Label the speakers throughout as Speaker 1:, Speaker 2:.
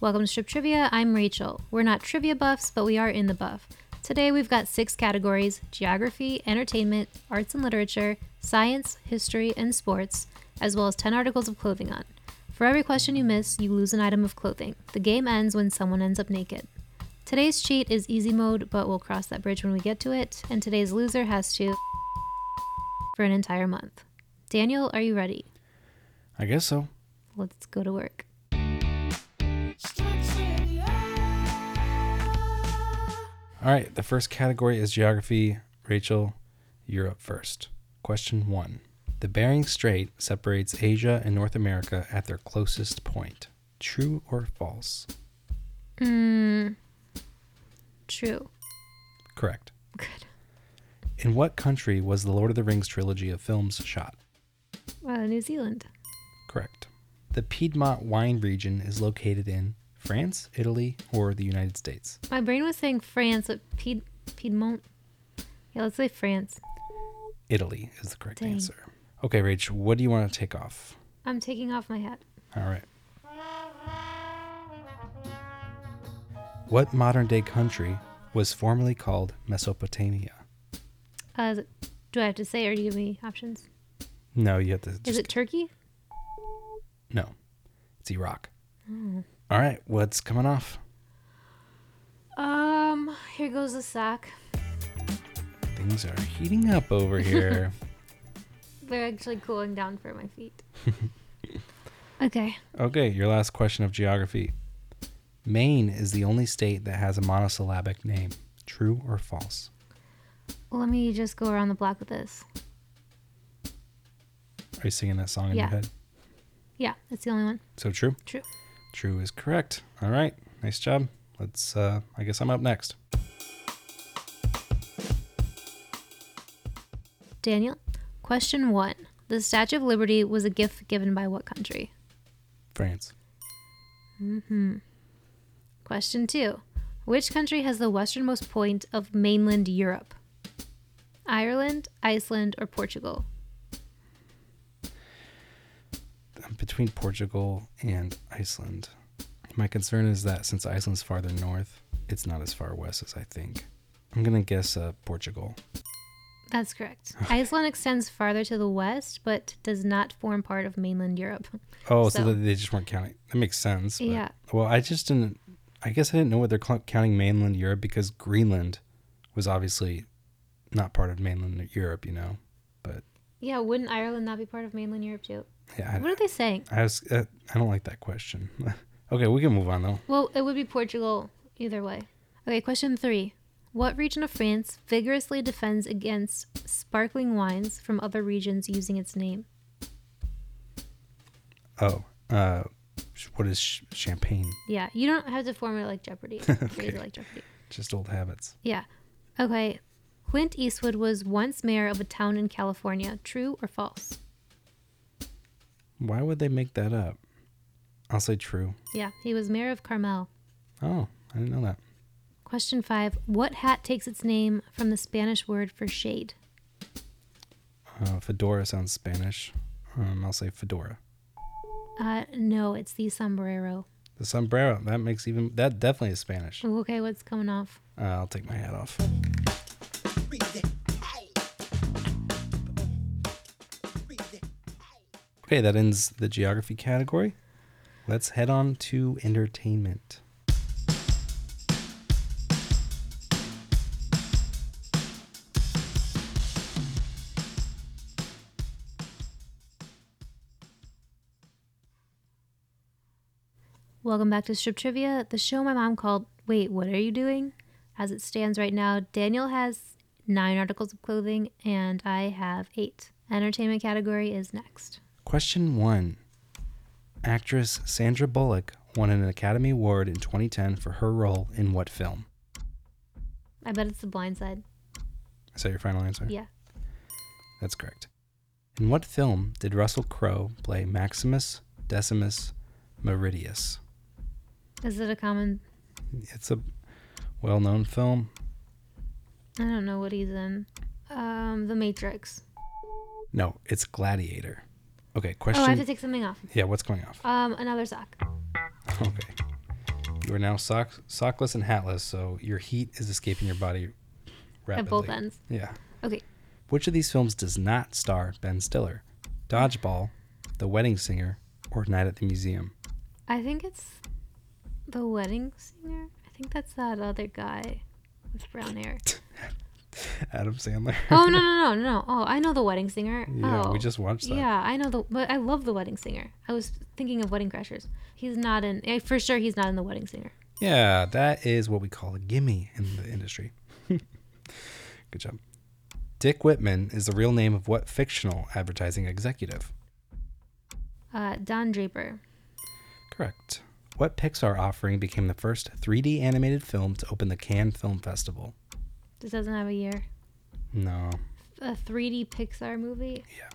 Speaker 1: Welcome to Strip Trivia. I'm Rachel. We're not trivia buffs, but we are in the buff. Today we've got six categories geography, entertainment, arts and literature, science, history, and sports, as well as 10 articles of clothing on. For every question you miss, you lose an item of clothing. The game ends when someone ends up naked. Today's cheat is easy mode, but we'll cross that bridge when we get to it, and today's loser has to for an entire month. Daniel, are you ready?
Speaker 2: I guess so.
Speaker 1: Let's go to work.
Speaker 2: All right, the first category is geography. Rachel, you're up first. Question one The Bering Strait separates Asia and North America at their closest point. True or false?
Speaker 1: Mm, true.
Speaker 2: Correct.
Speaker 1: Good.
Speaker 2: In what country was the Lord of the Rings trilogy of films shot?
Speaker 1: Uh, New Zealand.
Speaker 2: Correct. The Piedmont wine region is located in France, Italy, or the United States.
Speaker 1: My brain was saying France, but Pied- Piedmont. Yeah, let's say France.
Speaker 2: Italy is the correct
Speaker 1: Dang.
Speaker 2: answer. Okay, Rach, what do you want to take off?
Speaker 1: I'm taking off my hat.
Speaker 2: All right. What modern day country was formerly called Mesopotamia?
Speaker 1: Uh, is it- do I have to say, or do you give me options?
Speaker 2: No, you have to.
Speaker 1: Is
Speaker 2: Just,
Speaker 1: it Turkey?
Speaker 2: No, it's Iraq.
Speaker 1: Hmm.
Speaker 2: All right, what's coming off?
Speaker 1: Um, here goes the sock.
Speaker 2: Things are heating up over here.
Speaker 1: They're actually cooling down for my feet. okay.
Speaker 2: okay, your last question of geography. Maine is the only state that has a monosyllabic name. True or false?
Speaker 1: Well, let me just go around the block with this.
Speaker 2: Are you singing that song in
Speaker 1: Yeah.
Speaker 2: your head?
Speaker 1: Yeah, that's the only one.
Speaker 2: So true?
Speaker 1: True.
Speaker 2: True is correct. All right. Nice job. Let's uh I guess I'm up next.
Speaker 1: Daniel, question one. The Statue of Liberty was a gift given by what country?
Speaker 2: France.
Speaker 1: Mm-hmm. Question two. Which country has the westernmost point of mainland Europe? Ireland, Iceland, or Portugal?
Speaker 2: I'm between Portugal and Iceland. My concern is that since Iceland's farther north, it's not as far west as I think. I'm gonna guess uh Portugal.
Speaker 1: That's correct. Iceland extends farther to the west, but does not form part of mainland Europe.
Speaker 2: Oh, so,
Speaker 1: So-
Speaker 2: that they just weren't counting. That makes sense. but-
Speaker 1: Yeah.
Speaker 2: Well, I just didn't. I guess I didn't know what they're cl- counting mainland Europe because Greenland was obviously not part of mainland Europe. You know, but
Speaker 1: Yeah, wouldn't Ireland not be part of mainland Europe too?
Speaker 2: yeah,
Speaker 1: What are they saying?
Speaker 2: I, I was. Uh, I don't like that question. okay, we can move on though.
Speaker 1: Well, it would be Portugal either way. Okay, question three. What region of France vigorously defends against sparkling wines from other regions using its name?
Speaker 2: Oh, uh, sh- what is sh- champagne?
Speaker 1: Yeah, you don't have to form it like Jeopardy. Phrase it
Speaker 2: Okay.
Speaker 1: like Jeopardy.
Speaker 2: Just old habits.
Speaker 1: Yeah. Okay. Clint Eastwood was once mayor of a town in California. True or false?
Speaker 2: Why would they make that up? I'll say true.
Speaker 1: Yeah, he was mayor of Carmel.
Speaker 2: Oh, I didn't know that.
Speaker 1: Question five. What hat takes its name from the Spanish word for shade?
Speaker 2: Uh, fedora sounds Spanish. Um, I'll say fedora.
Speaker 1: Uh, no, it's the sombrero.
Speaker 2: The sombrero. That makes even that definitely is Spanish.
Speaker 1: Okay, what's coming off?
Speaker 2: Uh, I'll take my hat off. Okay, that ends the geography category. Let's head on to entertainment.
Speaker 1: Welcome back to Strip Trivia, the show my mom called Wait, What Are You Doing? As it stands right now, Daniel has nine articles of clothing and I have eight. Entertainment category is next.
Speaker 2: Question one Actress Sandra Bullock won an Academy Award in 2010 for her role in what film?
Speaker 1: I bet it's the blind side.
Speaker 2: Is that your final answer?
Speaker 1: Yeah.
Speaker 2: That's correct. In what film did Russell Crowe play Maximus Decimus Meridius?
Speaker 1: Is it a common
Speaker 2: It's a well known film.
Speaker 1: I don't know what he's in. Um, The Matrix.
Speaker 2: No, it's Gladiator. Okay, question.
Speaker 1: Oh, I have to take something off.
Speaker 2: yeah, what's going off?
Speaker 1: Um, another sock.
Speaker 2: Okay. You are now sock, sockless and hatless, so your heat is escaping your body rapidly.
Speaker 1: At both ends.
Speaker 2: Yeah.
Speaker 1: Okay.
Speaker 2: Which of these films does not star Ben Stiller? Dodgeball, The Wedding Singer, or Night at the Museum?
Speaker 1: I think it's the wedding singer. I think that's that other guy with brown hair.
Speaker 2: Adam Sandler.
Speaker 1: Oh no no no no! Oh, I know the wedding singer.
Speaker 2: yeah,
Speaker 1: oh.
Speaker 2: we just watched that.
Speaker 1: Yeah, I know the, but I love the Wedding Singer. I was thinking of Wedding Crashers. He's not in, eh, for sure. He's not in the Wedding Singer.
Speaker 2: Yeah, that is what we call a gimme in the industry. Good job. Dick Whitman is the real name of what fictional advertising executive?
Speaker 1: Uh, Don Draper.
Speaker 2: Correct. What Pixar offering became the first 3D animated film to open the Cannes Film Festival?
Speaker 1: This doesn't have a year.
Speaker 2: No.
Speaker 1: A 3D Pixar movie.
Speaker 2: Yeah.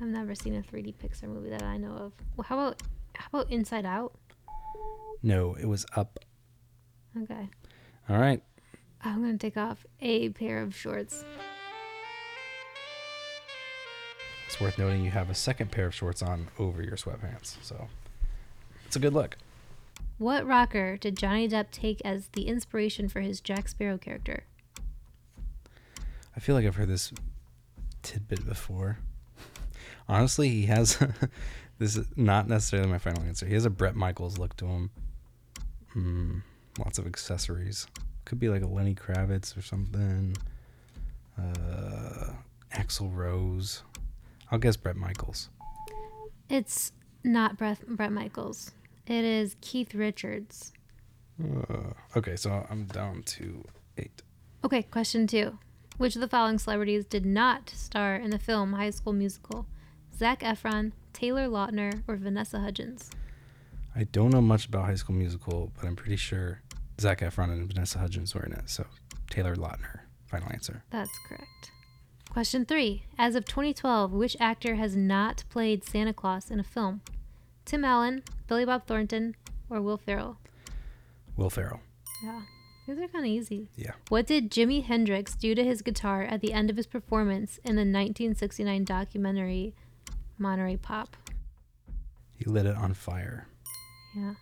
Speaker 1: I've never seen a 3D Pixar movie that I know of. Well, how about how about Inside Out?
Speaker 2: No, it was up.
Speaker 1: Okay,
Speaker 2: All right.
Speaker 1: I'm gonna take off a pair of shorts.
Speaker 2: It's worth noting you have a second pair of shorts on over your sweatpants. So it's a good look.
Speaker 1: What rocker did Johnny Depp take as the inspiration for his Jack Sparrow character?
Speaker 2: I feel like I've heard this tidbit before. Honestly, he has. this is not necessarily my final answer. He has a Brett Michaels look to him. Mm, lots of accessories. Could be like a Lenny Kravitz or something. Uh, Axl Rose. I'll guess Brett Michaels.
Speaker 1: It's not Brett, Brett Michaels. It is Keith Richards.
Speaker 2: Uh, okay, so I'm down to eight.
Speaker 1: Okay, question two. Which of the following celebrities did not star in the film High School Musical? Zach Efron, Taylor Lautner, or Vanessa Hudgens?
Speaker 2: I don't know much about High School Musical, but I'm pretty sure Zach Efron and Vanessa Hudgens were in it. So Taylor Lautner, final answer.
Speaker 1: That's correct. Question three. As of 2012, which actor has not played Santa Claus in a film? Tim Allen, Billy Bob Thornton, or Will Ferrell?
Speaker 2: Will Ferrell.
Speaker 1: Yeah, these are kind of easy.
Speaker 2: Yeah.
Speaker 1: What did Jimi Hendrix do to his guitar at the end of his performance in the 1969 documentary Monterey Pop?
Speaker 2: He lit it on fire.
Speaker 1: Yeah.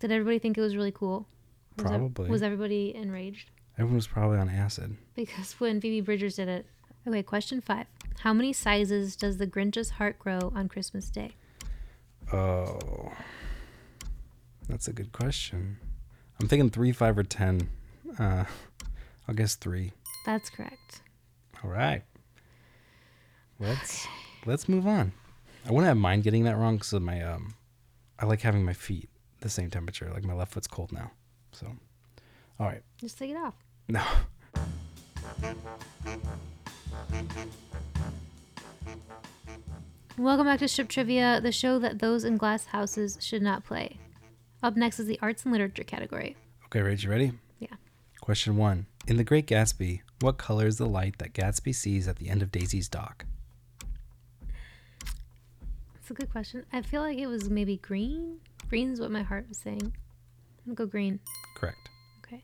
Speaker 1: Did everybody think it was really cool? Was ev-
Speaker 2: Probably.
Speaker 1: was everybody enraged?
Speaker 2: Everyone was probably on acid.
Speaker 1: Because when Phoebe Bridgers did it. Okay, question five. How many sizes does the Grinch's heart grow on Christmas Day?
Speaker 2: Oh, that's a good question. I'm thinking three, five, or ten. Uh, I'll guess three.
Speaker 1: That's correct.
Speaker 2: All right. Let's let's move on. I wouldn't have mind getting that wrong because of my um, I like having my feet the same temperature. Like my left foot's cold now. So, all right.
Speaker 1: Just take it off.
Speaker 2: No.
Speaker 1: Welcome back to Strip Trivia, the show that those in glass houses should not play. Up next is the arts and literature category.
Speaker 2: Okay, Rach, you ready?
Speaker 1: Yeah.
Speaker 2: Question one. In The Great Gatsby, what color is the light that Gatsby sees at the end of Daisy's dock?
Speaker 1: That's a good question. I feel like it was maybe green. Green is what my heart was saying. I'm gonna go green.
Speaker 2: Correct.
Speaker 1: Okay.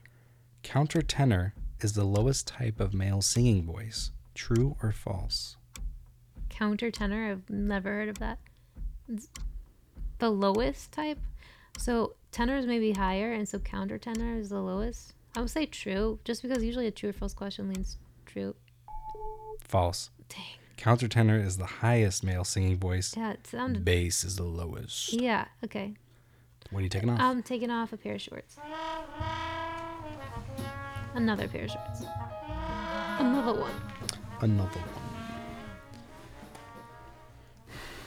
Speaker 2: Countertenor is the lowest type of male singing voice. True or false?
Speaker 1: Counter tenor. I've never heard of that. It's the lowest type. So tenor is maybe higher, and so counter tenor is the lowest. I would say true, just because usually a true or false question leans true.
Speaker 2: False.
Speaker 1: Dang.
Speaker 2: Countertenor is the highest male singing voice.
Speaker 1: Yeah, it sounded.
Speaker 2: Bass is the lowest.
Speaker 1: Yeah. Um, Okay.
Speaker 2: What are you taking off?
Speaker 1: I'm taking off a pair of shorts. Another pair of shorts. Another one.
Speaker 2: Another one.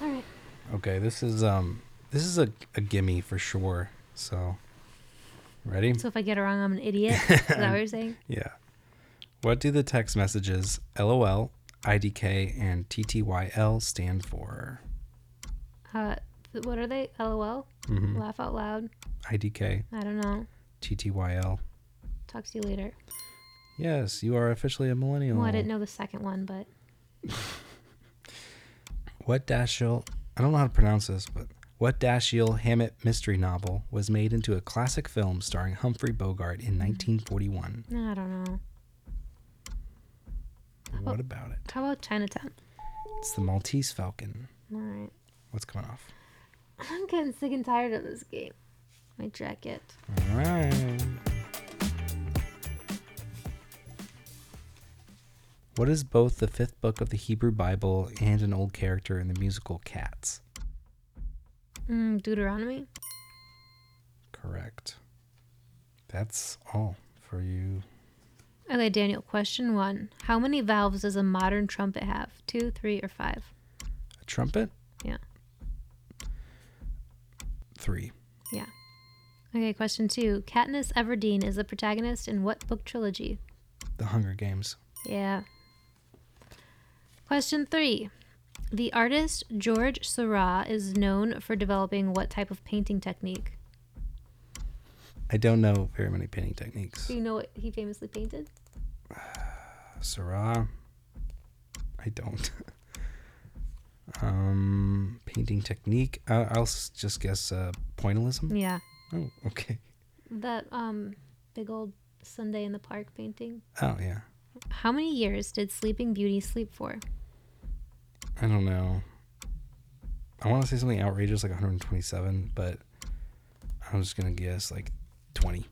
Speaker 1: All right.
Speaker 2: Okay, this is um this is a, a gimme for sure. So ready?
Speaker 1: So if I get it wrong, I'm an idiot. Is that what you're saying?
Speaker 2: Yeah. What do the text messages LOL, IDK, and TTYL stand for?
Speaker 1: Uh, th- what are they? LOL.
Speaker 2: Mhm.
Speaker 1: Laugh out loud.
Speaker 2: IDK,
Speaker 1: I don't know.
Speaker 2: TTYL.
Speaker 1: Talk to you later.
Speaker 2: Yes, you are officially a millennial.
Speaker 1: Well, I didn't know the second one, but
Speaker 2: What Dashiell, I don't know how to pronounce this, but what Dashiell Hammett mystery novel was made into a classic film starring Humphrey Bogart in 1941?
Speaker 1: no, I don't know.
Speaker 2: What about it?
Speaker 1: How about Chinatown?
Speaker 2: It's The Maltese Falcon.
Speaker 1: All right.
Speaker 2: What's coming off?
Speaker 1: I'm getting sick and tired of this game. my jacket.
Speaker 2: All right. What is both the fifth book of the Hebrew Bible and an old character in the musical Cats?
Speaker 1: Mm, Deuteronomy.
Speaker 2: Correct. That's all for you.
Speaker 1: Okay, Daniel, question one. How many valves does a modern trumpet have? Two, three, or five?
Speaker 2: A trumpet?
Speaker 1: Yeah.
Speaker 2: Three.
Speaker 1: Yeah. Okay, question two. Katniss Everdeen is the protagonist in what book trilogy?
Speaker 2: The Hunger Games.
Speaker 1: Yeah. Question three. The artist George Seurat is known for developing what type of painting technique?
Speaker 2: I don't know very many painting techniques.
Speaker 1: Do you know what he famously painted?
Speaker 2: Syrah. I don't. um, painting technique. Uh, I'll s- just guess uh, pointillism.
Speaker 1: Yeah.
Speaker 2: Oh, okay.
Speaker 1: That um big old Sunday in the Park painting.
Speaker 2: Oh, yeah.
Speaker 1: How many years did Sleeping Beauty sleep for?
Speaker 2: I don't know. I want to say something outrageous like 127, but I'm just going to guess like 20.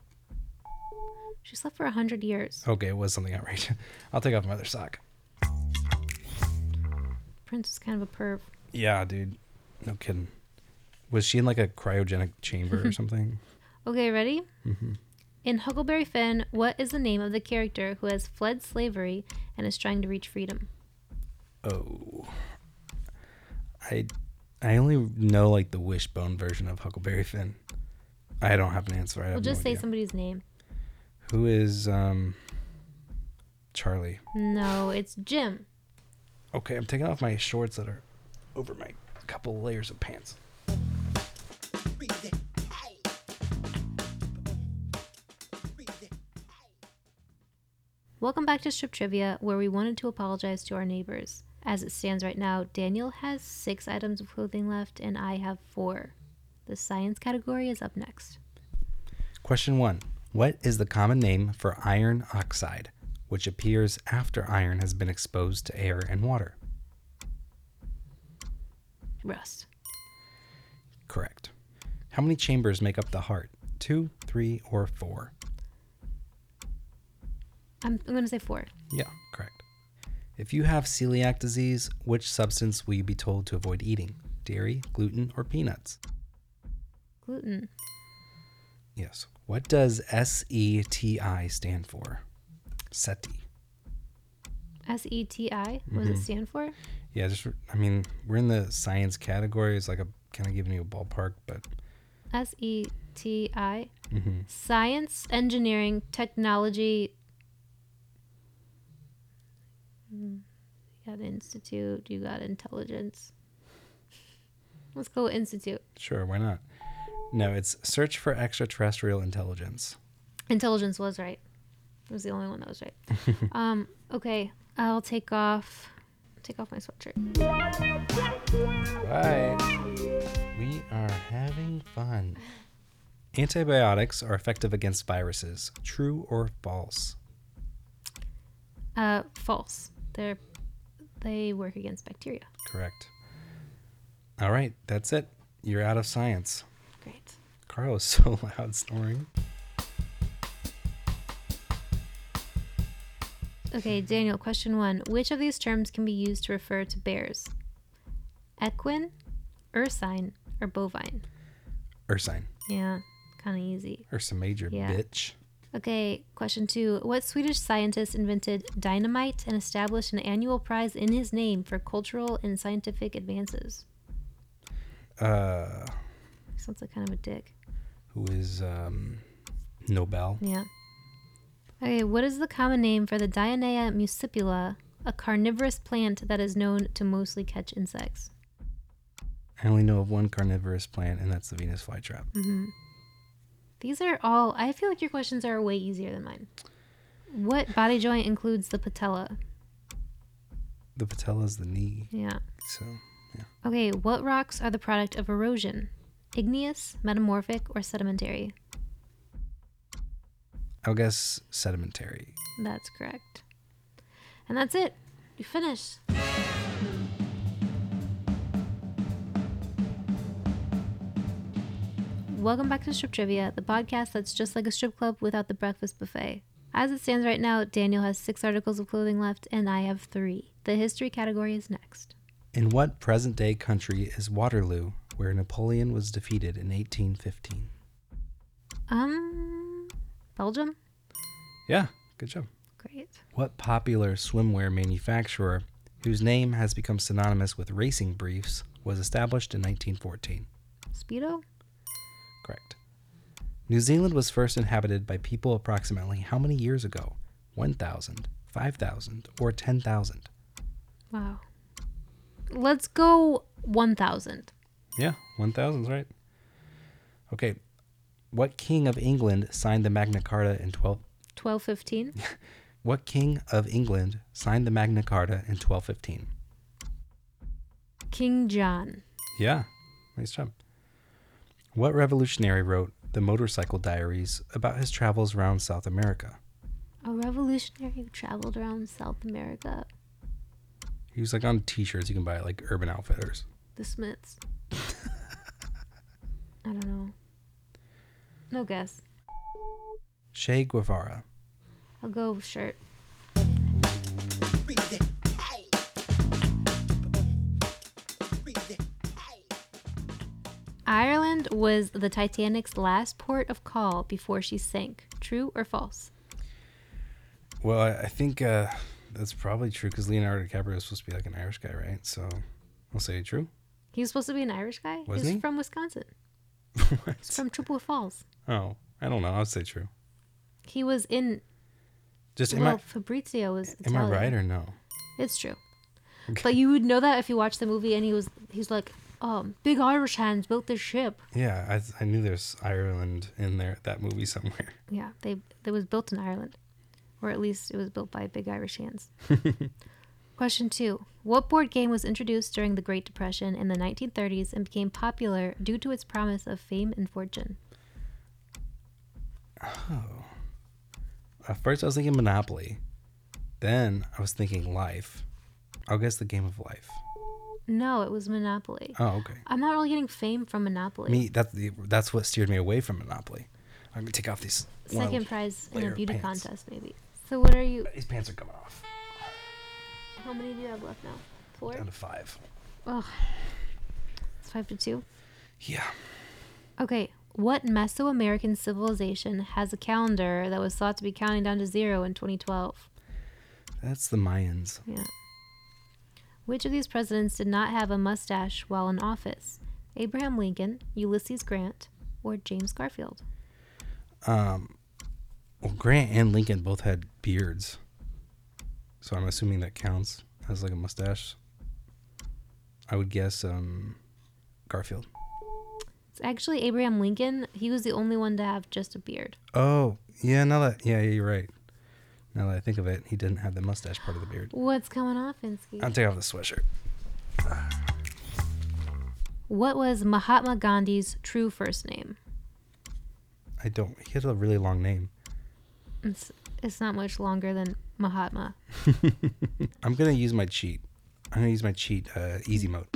Speaker 1: She slept for 100 years.
Speaker 2: Okay, it was something outrageous. I'll take off my other sock.
Speaker 1: Prince was kind of a perv.
Speaker 2: Yeah, dude. No kidding. Was she in like a cryogenic chamber or something?
Speaker 1: Okay, ready?
Speaker 2: Mm-hmm.
Speaker 1: In Huckleberry Finn, what is the name of the character who has fled slavery and is trying to reach freedom?
Speaker 2: Oh. I I only know like the wishbone version of Huckleberry Finn. I don't have an answer. I have
Speaker 1: We'll just
Speaker 2: no
Speaker 1: say
Speaker 2: idea.
Speaker 1: somebody's name.
Speaker 2: Who is um Charlie?
Speaker 1: No, it's Jim.
Speaker 2: Okay, I'm taking off my shorts that are over my couple layers of pants.
Speaker 1: Welcome back to Strip Trivia, where we wanted to apologize to our neighbors. As it stands right now, Daniel has six items of clothing left, and I have four. The science category is up next.
Speaker 2: Question 1. What is the common name for iron oxide, which appears after iron has been exposed to air and water?
Speaker 1: Rust.
Speaker 2: Correct. How many chambers make up the heart? Two, three, or four?
Speaker 1: I'm, I'm going to say four.
Speaker 2: Yeah, correct. If you have celiac disease, which substance will you be told to avoid eating? Dairy, gluten, or peanuts?
Speaker 1: Gluten.
Speaker 2: Yes. What does SETI stand for? SETI.
Speaker 1: S E T I. What
Speaker 2: Mm-hmm.
Speaker 1: does it stand for?
Speaker 2: Yeah, just, I mean, we're in the science category. It's like a kind of giving you a ballpark, but
Speaker 1: S E T I. Science, engineering, technology. Mm, You got institute, you got intelligence. Let's go with institute.
Speaker 2: sure, why not? No, it's Search for Extraterrestrial Intelligence.
Speaker 1: Intelligence was right. It was the only one that was right. um, okay, I'll take off take off my sweatshirt.
Speaker 2: Right. We are having fun. Antibiotics are effective against viruses. True or false?
Speaker 1: Uh, false. They're they work against bacteria.
Speaker 2: Correct. All right, that's it. You're out of science.
Speaker 1: Great.
Speaker 2: Carl is so loud snoring.
Speaker 1: Okay, Daniel, question one. Which of these terms can be used to refer to bears? Equine, ursine, or bovine?
Speaker 2: Ursine.
Speaker 1: Yeah, kind of easy.
Speaker 2: Ursa Major,
Speaker 1: Yeah.
Speaker 2: bitch.
Speaker 1: Okay, question two. What Swedish scientist invented dynamite and established an annual prize in his name for cultural and scientific advances?
Speaker 2: Uh,
Speaker 1: Sounds like kind of a dick.
Speaker 2: who is um, Nobel?
Speaker 1: Yeah. Okay, what is the common name for the Dionea muscipula, a carnivorous plant that is known to mostly catch insects?
Speaker 2: I only know of one carnivorous plant, and that's the Venus flytrap.
Speaker 1: These are all, I feel like your questions are way easier than mine. What body joint includes the patella?
Speaker 2: The patella is the knee,
Speaker 1: Yeah.
Speaker 2: so yeah.
Speaker 1: Okay, what rocks are the product of erosion? Igneous, metamorphic, or sedimentary?
Speaker 2: I'll guess sedimentary.
Speaker 1: That's correct. And that's it. You finished. Welcome back to Strip Trivia, the podcast that's just like a strip club without the breakfast buffet. As it stands right now, Daniel has six articles of clothing left, and I have three. The history category is next.
Speaker 2: In what present day country is Waterloo, where Napoleon was defeated in 1815?
Speaker 1: Um, Belgium?
Speaker 2: Yeah, good job.
Speaker 1: Great.
Speaker 2: What popular swimwear manufacturer, whose name has become synonymous with racing briefs, was established in 1914?
Speaker 1: Speedo?
Speaker 2: Correct. New Zealand was first inhabited by people approximately how many years ago? 1,000, 5,000, or 10,000?
Speaker 1: Wow. Let's go 1,000.
Speaker 2: Yeah, 1,000's right. Okay. What king of England signed the Magna Carta in 12
Speaker 1: 1215?
Speaker 2: What king of England signed the Magna Carta in 1215?
Speaker 1: King John.
Speaker 2: Yeah. Nice job. What revolutionary wrote the Motorcycle Diaries about his travels around South America?
Speaker 1: A revolutionary who traveled around South America.
Speaker 2: He was like on t-shirts you can buy at like Urban Outfitters.
Speaker 1: The Smiths. I don't know. No guess.
Speaker 2: Che Guevara.
Speaker 1: I'll go with shirt. Ireland was the Titanic's last port of call before she sank. True or false?
Speaker 2: Well, I, I think uh, that's probably true because Leonardo DiCaprio is supposed to be like an Irish guy, right? So I'll say true.
Speaker 1: He was supposed to be an Irish guy.
Speaker 2: Wasn't
Speaker 1: He's
Speaker 2: he?
Speaker 1: from Wisconsin. He's
Speaker 2: What?
Speaker 1: from Chippewa Falls.
Speaker 2: Oh, I don't know. I'll say true.
Speaker 1: He was in.
Speaker 2: Just am
Speaker 1: well, Fabrizio was.
Speaker 2: I am I
Speaker 1: Italian.
Speaker 2: right or no?
Speaker 1: It's true.
Speaker 2: Okay.
Speaker 1: But you would know that if you watched the movie and he was he's like, um, big Irish hands built this ship.
Speaker 2: Yeah, I, I knew there's Ireland in there that movie somewhere.
Speaker 1: Yeah, they it was built in Ireland. Or at least it was built by big Irish hands. Question two. What board game was introduced during the Great Depression in the 1930s and became popular due to its promise of fame and fortune?
Speaker 2: At first, I was thinking Monopoly. Then I was thinking Life. I'll guess the game of life.
Speaker 1: No, it was Monopoly.
Speaker 2: Oh, okay.
Speaker 1: I'm not really getting fame from Monopoly.
Speaker 2: Me, that's the, that's what steered me away from Monopoly. I'm gonna take off these. one
Speaker 1: Second prize in
Speaker 2: layer
Speaker 1: a
Speaker 2: of
Speaker 1: beauty
Speaker 2: pants.
Speaker 1: contest, maybe. So what are you?
Speaker 2: These pants are coming off.
Speaker 1: How many do you have left now? Four.
Speaker 2: Down to five.
Speaker 1: Oh, it's five to two.
Speaker 2: Yeah.
Speaker 1: Okay, what Mesoamerican civilization has a calendar that was thought to be counting down to zero in 2012?
Speaker 2: That's the Mayans.
Speaker 1: Yeah. Which of these presidents did not have a mustache while in office? Abraham Lincoln, Ulysses Grant, or James Garfield?
Speaker 2: Um, Well, Grant and Lincoln both had beards. So I'm assuming that counts as like a mustache. I would guess um, Garfield.
Speaker 1: It's actually Abraham Lincoln. He was the only one to have just a beard.
Speaker 2: Oh, yeah, now that, yeah, yeah, you're right. Now that I think of it, he didn't have the mustache part of the beard.
Speaker 1: What's coming off, Insky?
Speaker 2: I'll take off the sweatshirt.
Speaker 1: what was Mahatma Gandhi's true first name?
Speaker 2: I don't, he had a really long name.
Speaker 1: It's, it's not much longer than Mahatma.
Speaker 2: I'm going to use my cheat. I'm going to use my cheat uh, easy mode.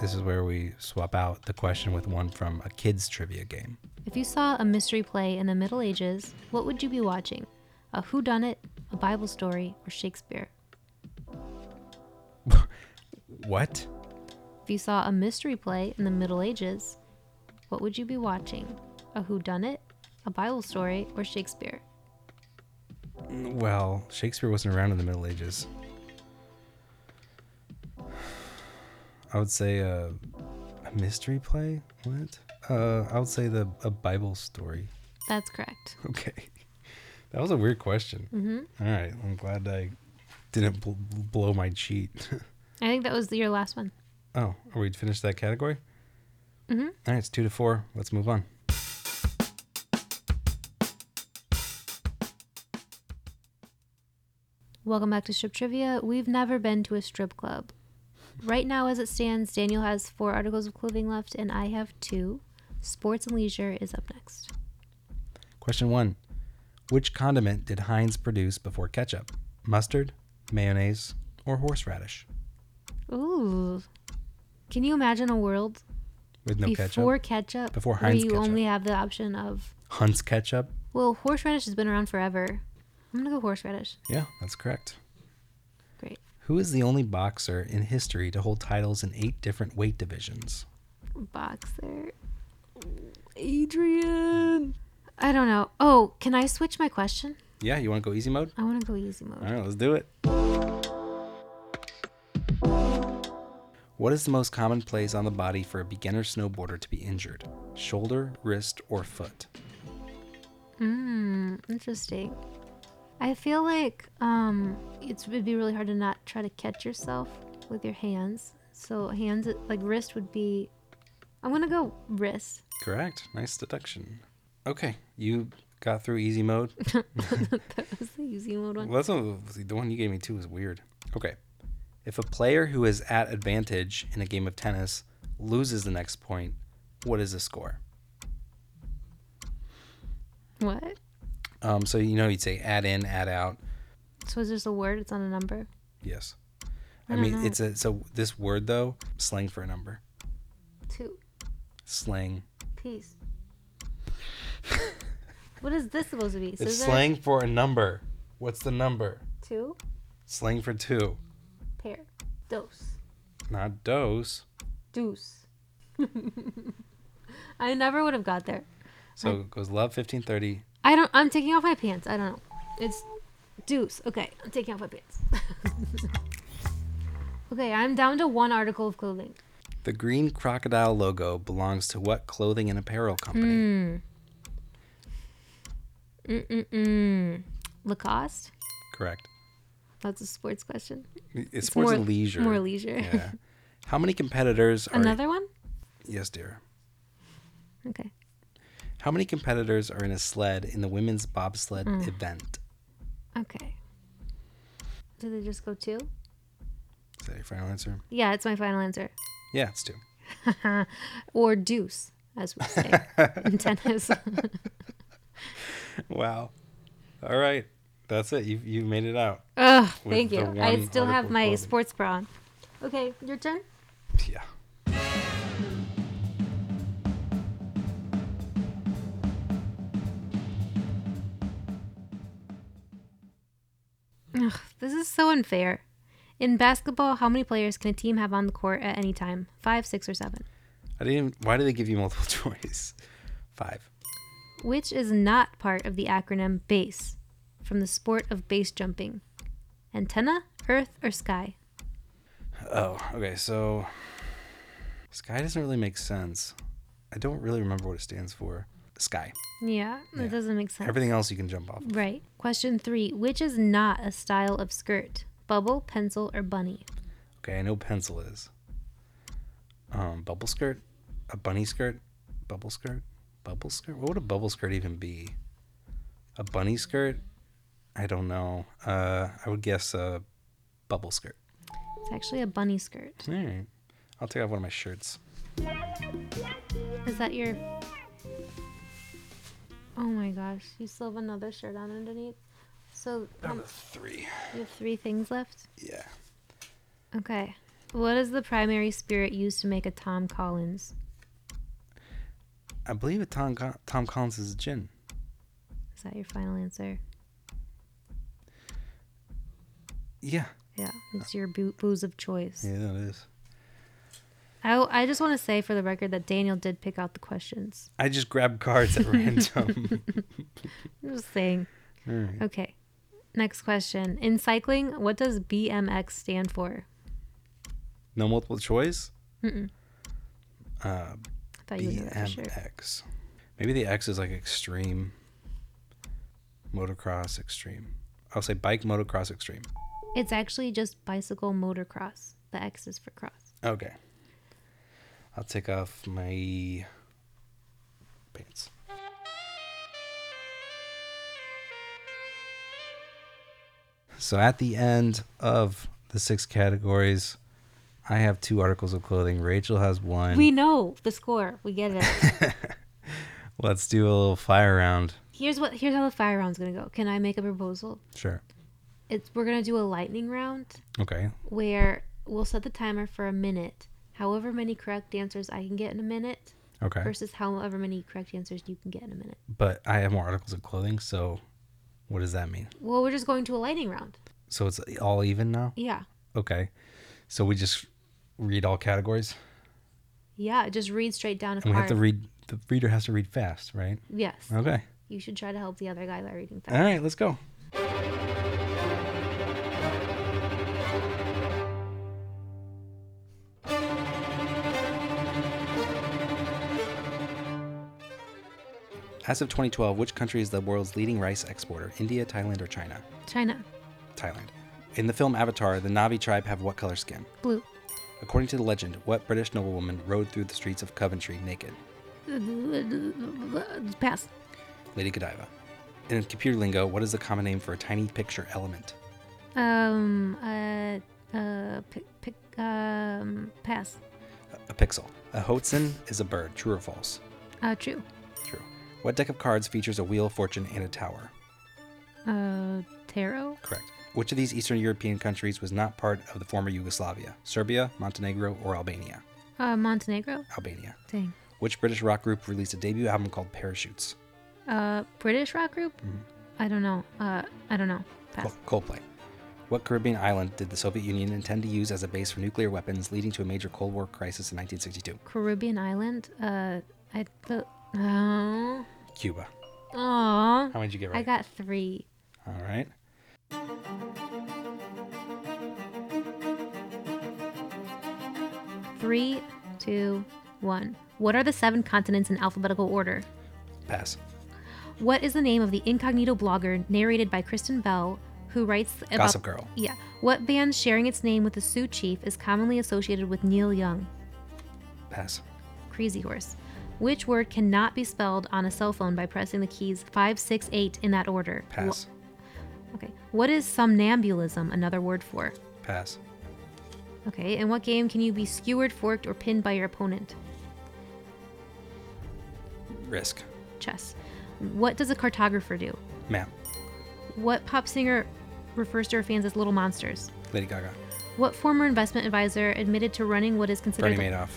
Speaker 2: This is where we swap out the question with one from a kid's trivia game.
Speaker 1: If you saw a mystery play in the Middle Ages, what would you be watching? A whodunit, a Bible story, or Shakespeare?
Speaker 2: What?
Speaker 1: If you saw a mystery play in the Middle Ages, what would you be watching? A whodunit, a Bible story, or Shakespeare?
Speaker 2: Well, Shakespeare wasn't around in the Middle Ages. I would say uh, a mystery play. What? Uh, I would say the a Bible story.
Speaker 1: That's correct.
Speaker 2: Okay, that was a weird question. Mm-hmm. right, I'm glad I didn't bl- blow my cheat.
Speaker 1: I think that was your last one.
Speaker 2: oh, are we finished that category? Mm-hmm. All right, it's two to four. Let's move on.
Speaker 1: Welcome back to Strip Trivia. We've never been to a strip club. Right now, as it stands, Daniel has four articles of clothing left, and I have two. Sports and leisure is up next.
Speaker 2: Question one Which condiment did Heinz produce before ketchup? Mustard, mayonnaise, or horseradish?
Speaker 1: Ooh. Can you imagine a world
Speaker 2: with no
Speaker 1: before
Speaker 2: ketchup.
Speaker 1: ketchup.
Speaker 2: Before
Speaker 1: where
Speaker 2: Heinz
Speaker 1: you
Speaker 2: ketchup.
Speaker 1: only have the option of
Speaker 2: Hunt's ketchup.
Speaker 1: well, horseradish has been around forever. I'm gonna go horseradish.
Speaker 2: Yeah, that's correct.
Speaker 1: Great.
Speaker 2: Who is the only boxer in history to hold titles in eight different weight divisions?
Speaker 1: Boxer. Adrian. I don't know. Oh, can I switch my question?
Speaker 2: Yeah, you want to go easy mode?
Speaker 1: I want to go easy mode.
Speaker 2: All right, let's do it. What is the most common place on the body for a beginner snowboarder to be injured? Shoulder, wrist, or foot?
Speaker 1: Mm, interesting. I feel like um, it's, it'd be really hard to not try to catch yourself with your hands. So hands, like wrist, would be. I'm gonna go wrist.
Speaker 2: Correct. Nice deduction. Okay, you got through easy mode.
Speaker 1: That was the easy mode one.
Speaker 2: Well, that's not, the one you gave me too was weird. Okay. If a player who is at advantage in a game of tennis loses the next point, what is the score?
Speaker 1: What?
Speaker 2: Um, so you know you'd say add in, add out.
Speaker 1: So it's just a word. It's not a number.
Speaker 2: Yes.
Speaker 1: I
Speaker 2: I,
Speaker 1: don't
Speaker 2: mean
Speaker 1: know.
Speaker 2: it's a so this word though slang for a number.
Speaker 1: Two.
Speaker 2: Slang.
Speaker 1: Peace. what is this supposed to be?
Speaker 2: It's
Speaker 1: Scissor?
Speaker 2: slang for a number. What's the number?
Speaker 1: Two.
Speaker 2: Slang for two,
Speaker 1: Pair. Dos.
Speaker 2: not dose.
Speaker 1: Deuce. I never would have got there.
Speaker 2: So it goes love fifteen thirty.
Speaker 1: I don't. I'm taking off my pants. I don't know. It's deuce. Okay, I'm taking off my pants. okay, I'm down to one article of clothing.
Speaker 2: The green crocodile logo belongs to what clothing and apparel company?
Speaker 1: Hmm. Mm, Mm-mm-mm. Lacoste.
Speaker 2: Correct.
Speaker 1: That's a sports question.
Speaker 2: It's, sports
Speaker 1: more-
Speaker 2: and leisure.
Speaker 1: More leisure.
Speaker 2: yeah. How many competitors are
Speaker 1: Another one.
Speaker 2: Yes, dear.
Speaker 1: Okay.
Speaker 2: How many competitors are in a sled in the women's bobsled
Speaker 1: Hmm.
Speaker 2: event?
Speaker 1: Okay. Did they just go two?
Speaker 2: Is that your final answer?
Speaker 1: Yeah, it's my final answer.
Speaker 2: Yeah, it's two.
Speaker 1: Or deuce, as we say in tennis.
Speaker 2: Wow. All right. That's it. You you made it out.
Speaker 1: Ugh,
Speaker 2: With
Speaker 1: thank
Speaker 2: the
Speaker 1: you. I
Speaker 2: one
Speaker 1: still
Speaker 2: article
Speaker 1: have
Speaker 2: of
Speaker 1: my
Speaker 2: clothing.
Speaker 1: sports bra on. Okay, your turn.
Speaker 2: Yeah.
Speaker 1: Ugh, this is so unfair. In basketball, how many players can a team have on the court at any time? Five, six, or seven?
Speaker 2: I didn't why do they give you multiple choice? Five.
Speaker 1: Which is not part of the acronym BASE from the sport of base jumping? Antenna, earth, or sky?
Speaker 2: Oh, okay, so Sky doesn't really make sense. I don't really remember what it stands for. Sky.
Speaker 1: Yeah, that
Speaker 2: Yeah.
Speaker 1: doesn't make sense.
Speaker 2: Everything else you can jump off.
Speaker 1: Right. Question three Which is not a style of skirt? Bubble, pencil, or bunny?
Speaker 2: Okay, I know pencil is. Um, bubble skirt, a bunny skirt, bubble skirt, bubble skirt. What would a bubble skirt even be? A bunny skirt? I don't know. Uh, I would guess a bubble skirt.
Speaker 1: It's actually a bunny skirt.
Speaker 2: All right, I'll take off one of my shirts.
Speaker 1: Is that your. Oh my gosh, you still have another shirt on underneath. So
Speaker 2: Down
Speaker 1: um,
Speaker 2: to three.
Speaker 1: you have three things left?
Speaker 2: Yeah.
Speaker 1: Okay. What is the primary spirit used to make a Tom Collins?
Speaker 2: I believe it. Tom Con- Tom Collins is gin.
Speaker 1: Is that your final answer?
Speaker 2: Yeah.
Speaker 1: Yeah, it's your boo- booze of choice.
Speaker 2: Yeah, that is.
Speaker 1: I, I just want to say for the record that Daniel did pick out the questions.
Speaker 2: I just grabbed cards at random.
Speaker 1: I'm just saying.
Speaker 2: All right.
Speaker 1: Okay. Next question. In cycling, what does BMX stand for?
Speaker 2: No multiple choice.
Speaker 1: Mm-mm.
Speaker 2: Uh,
Speaker 1: I thought you would know that for sure.
Speaker 2: BMX. Maybe the X is like extreme. Motocross extreme. I'll say bike motocross extreme.
Speaker 1: It's actually just bicycle motocross. The X is for cross.
Speaker 2: Okay. I'll take off my pants. So at the end of the six categories, I have two articles of clothing. Rachel has one.
Speaker 1: We know the score. We get it.
Speaker 2: Let's do a little fire round.
Speaker 1: here's what here's how the fire round's gonna go. Can I make a proposal?
Speaker 2: Sure.
Speaker 1: It's we're gonna do a lightning round
Speaker 2: Okay.
Speaker 1: where we'll set the timer for a minute. however many correct answers I can get in a minute
Speaker 2: Okay.
Speaker 1: versus however many correct answers you can get in a minute.
Speaker 2: But I have more articles of clothing, so what does that mean?
Speaker 1: Well, we're just going to a lightning round.
Speaker 2: So it's all even now?
Speaker 1: Yeah.
Speaker 2: Okay. So we just read all categories?
Speaker 1: Yeah, just read straight down if
Speaker 2: And we have to
Speaker 1: hard.
Speaker 2: read, the reader has to read fast, right?
Speaker 1: yes.
Speaker 2: Okay.
Speaker 1: You should try to help the other guy by reading
Speaker 2: All
Speaker 1: fast.
Speaker 2: right, let's go. As of 2012, which country is the world's leading rice exporter? India, Thailand, or China?
Speaker 1: China.
Speaker 2: Thailand. In the film Avatar, the Navi tribe have what color skin?
Speaker 1: Blue.
Speaker 2: According to the legend, what British noblewoman rode through the streets of Coventry naked?
Speaker 1: Pass.
Speaker 2: Lady Godiva. In computer lingo, what is the common name for a tiny picture element?
Speaker 1: Um. Uh. Uh. Pick. pick um. Pass.
Speaker 2: A pixel. A hoatzin is a bird. True or false?
Speaker 1: Uh. True.
Speaker 2: True. What deck of cards features a wheel of fortune and a tower?
Speaker 1: Uh. Tarot.
Speaker 2: Correct. Which of these Eastern European countries was not part of the former Yugoslavia? Serbia, Montenegro, or Albania?
Speaker 1: Uh. Montenegro.
Speaker 2: Albania.
Speaker 1: Dang.
Speaker 2: Which British rock group released a debut album called Parachutes?
Speaker 1: Uh. British rock group. I don't know. Uh. I don't know. Pass.
Speaker 2: Col- Coldplay. What Caribbean island did the Soviet Union intend to use as a base for nuclear weapons, leading to a major Cold War crisis in 1962?
Speaker 1: Caribbean island. Uh. I. Th- oh.
Speaker 2: Cuba.
Speaker 1: Aw.
Speaker 2: How many did you get right?
Speaker 1: I got three.
Speaker 2: All right.
Speaker 1: Three, two, one. What are the seven continents in alphabetical order?
Speaker 2: Pass.
Speaker 1: What is the name of the incognito blogger narrated by Kristen Bell, who writes about
Speaker 2: Gossip Girl.
Speaker 1: Yeah. What band sharing its name with the Sioux chief is commonly associated with Neil Young?
Speaker 2: Pass.
Speaker 1: Crazy Horse. Which word cannot be spelled on a cell phone by pressing the keys 5, 6, 8 in that order? Wh-
Speaker 2: Pass.
Speaker 1: okay. What is somnambulism another word for?
Speaker 2: Pass.
Speaker 1: Okay. In what game can you be skewered, forked, or pinned by your opponent?
Speaker 2: Risk.
Speaker 1: Chess. What does a cartographer do?
Speaker 2: Map.
Speaker 1: What pop singer refers to her fans as little monsters?
Speaker 2: Lady Gaga.
Speaker 1: What former investment advisor admitted to running what is
Speaker 2: Bernie
Speaker 1: considered
Speaker 2: Madoff.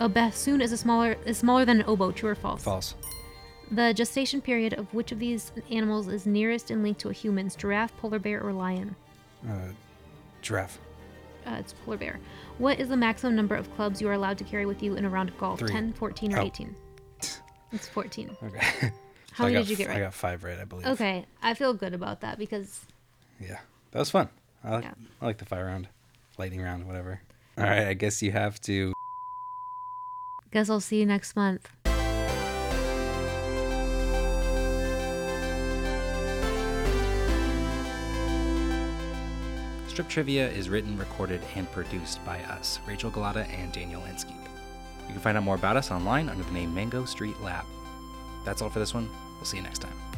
Speaker 1: a bassoon is a smaller is smaller than an oboe? True or false?
Speaker 2: False.
Speaker 1: The gestation period of which of these animals is nearest in length to a human's giraffe, polar bear, or lion?
Speaker 2: Uh, giraffe.
Speaker 1: Uh, it's polar bear. What is the maximum number of clubs you are allowed to carry with you in a round of golf?
Speaker 2: Three.
Speaker 1: 10, 14, or
Speaker 2: Oh.
Speaker 1: 18? It's 14.
Speaker 2: Okay.
Speaker 1: How
Speaker 2: I
Speaker 1: many
Speaker 2: got
Speaker 1: did you
Speaker 2: f-
Speaker 1: get
Speaker 2: I
Speaker 1: right?
Speaker 2: got five right, I believe.
Speaker 1: Okay, I feel good about that because
Speaker 2: Yeah. That was fun. I like,
Speaker 1: Yeah.
Speaker 2: I like the fire round, lightning round, whatever. All right. I guess you have to.
Speaker 1: guess I'll see you next month.
Speaker 2: Strip Trivia is written, recorded, and produced by us, Rachel Galata and Daniel Inskeep. You can find out more about us online under the name Mango Street Lab. That's all for this one. We'll see you next time.